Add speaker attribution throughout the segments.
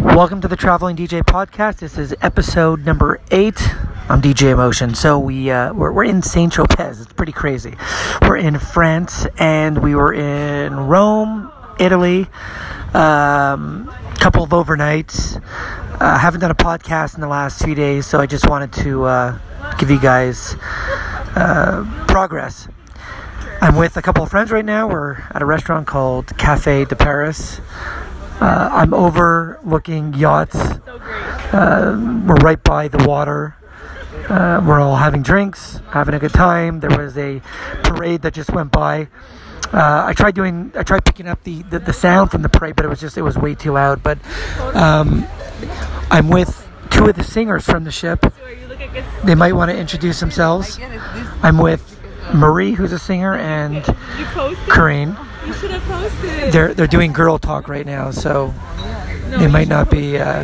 Speaker 1: Welcome to the Traveling DJ Podcast. This is episode number eight. I'm DJ Emotion. So we uh, we're, we're in Saint Tropez. It's pretty crazy. We're in France and we were in Rome, Italy. Um, couple of overnights. I haven't done a podcast in the last few days, so I just wanted to uh, give you guys uh, progress. I'm with a couple of friends right now. We're at a restaurant called Cafe de Paris. Uh, I'm overlooking yachts. Uh, we're right by the water. Uh, we're all having drinks, having a good time. There was a parade that just went by. Uh, I tried doing, I tried picking up the, the, the sound from the parade, but it was just, it was way too loud. But um, I'm with two of the singers from the ship. They might want to introduce themselves. I'm with Marie, who's a singer, and
Speaker 2: You posted.
Speaker 1: Corinne.
Speaker 2: You should have posted.
Speaker 1: They're they're doing girl talk right now, so they might not be. Uh,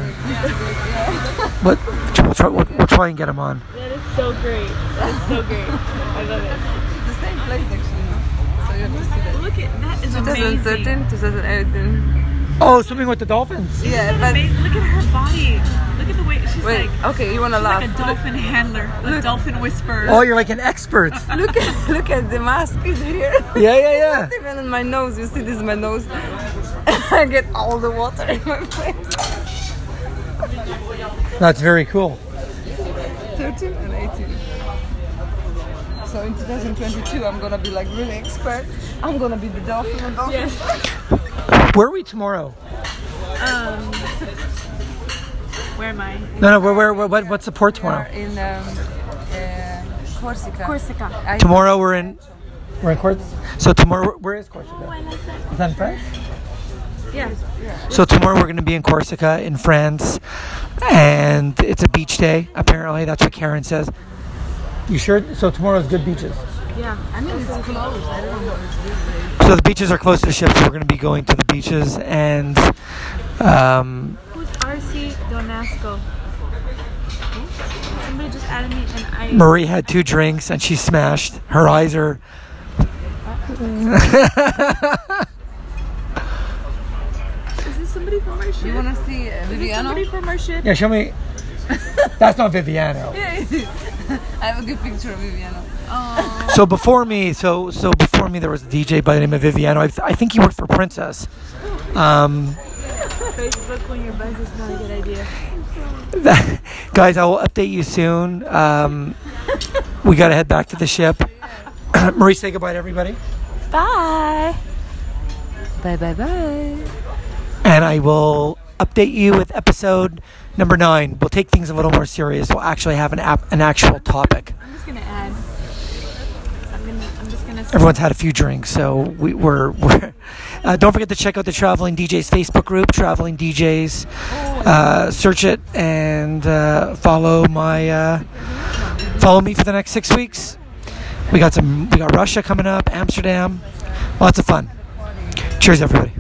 Speaker 1: but we'll try, we'll, we'll try and get them on.
Speaker 2: That is so great. That is so great. I love
Speaker 3: the same place actually. So you have to see
Speaker 2: it.
Speaker 3: that.
Speaker 2: Look at that is amazing.
Speaker 3: 2013, 2018.
Speaker 1: Oh, something with the dolphins.
Speaker 3: Yeah,
Speaker 2: Isn't that
Speaker 3: but
Speaker 2: amazing? Look at her body. Look at the way she's
Speaker 3: wait.
Speaker 2: like.
Speaker 3: Okay, you wanna
Speaker 2: she's
Speaker 3: laugh?
Speaker 2: like a dolphin handler, a dolphin whisperer.
Speaker 1: Oh, you're like an expert.
Speaker 3: Look at look at the mask is here.
Speaker 1: Yeah, yeah, yeah.
Speaker 3: Even in my nose, you see this is my nose. I get all the water in my face.
Speaker 1: That's very cool.
Speaker 3: 13 and 18. So in 2022, I'm gonna be like really expert. I'm gonna be the dolphin. And dolphin.
Speaker 2: Yes.
Speaker 1: Where are we tomorrow?
Speaker 2: Um, where am I?
Speaker 1: No, no. Where, where, where what, what's the port tomorrow?
Speaker 3: We're in um, uh, Corsica.
Speaker 2: Corsica.
Speaker 3: I-
Speaker 1: Tomorrow we're in. We're in Corsica. So tomorrow, where is Corsica?
Speaker 2: I like that.
Speaker 1: Is that in France?
Speaker 2: Yeah.
Speaker 1: So tomorrow we're going to be in Corsica in France, and it's a beach day. Apparently, that's what Karen says. You sure? So tomorrow's good beaches.
Speaker 2: Yeah.
Speaker 3: I mean, it's closed. I don't know.
Speaker 1: So the beaches are close to the ship, so we're going to be going to the beaches and um,
Speaker 2: Who's RC Donasco? Somebody just added me and I.
Speaker 1: Marie had two drinks and she smashed. Her eyes are.
Speaker 2: Is this somebody from our ship?
Speaker 3: You wanna see uh,
Speaker 2: Is this
Speaker 3: Viviano?
Speaker 2: somebody from our ship?
Speaker 1: Yeah, show me. That's not Viviano.
Speaker 3: I have a good picture of Viviano.
Speaker 1: So before me, so so before me, there was a DJ by the name of Viviano. I, I think he worked for Princess. Um,
Speaker 2: Facebook when you're buzzed is not a good idea.
Speaker 1: guys, I will update you soon. Um, we got to head back to the ship. Marie, say goodbye to everybody,
Speaker 2: Bye.
Speaker 3: Bye bye bye.
Speaker 1: and I will update you with episode number nine. We'll take things a little more serious. We'll actually have an app, an actual topic.
Speaker 2: I'm just gonna add. I'm gonna. I'm just gonna.
Speaker 1: everyone's had a few drinks, so we, we're, we're uh, don't forget to check out the Traveling DJs Facebook group, Traveling DJs. Uh, search it and uh, follow my uh, follow me for the next six weeks. We got some. We got Russia coming up, Amsterdam, lots of fun. Cheers, everybody.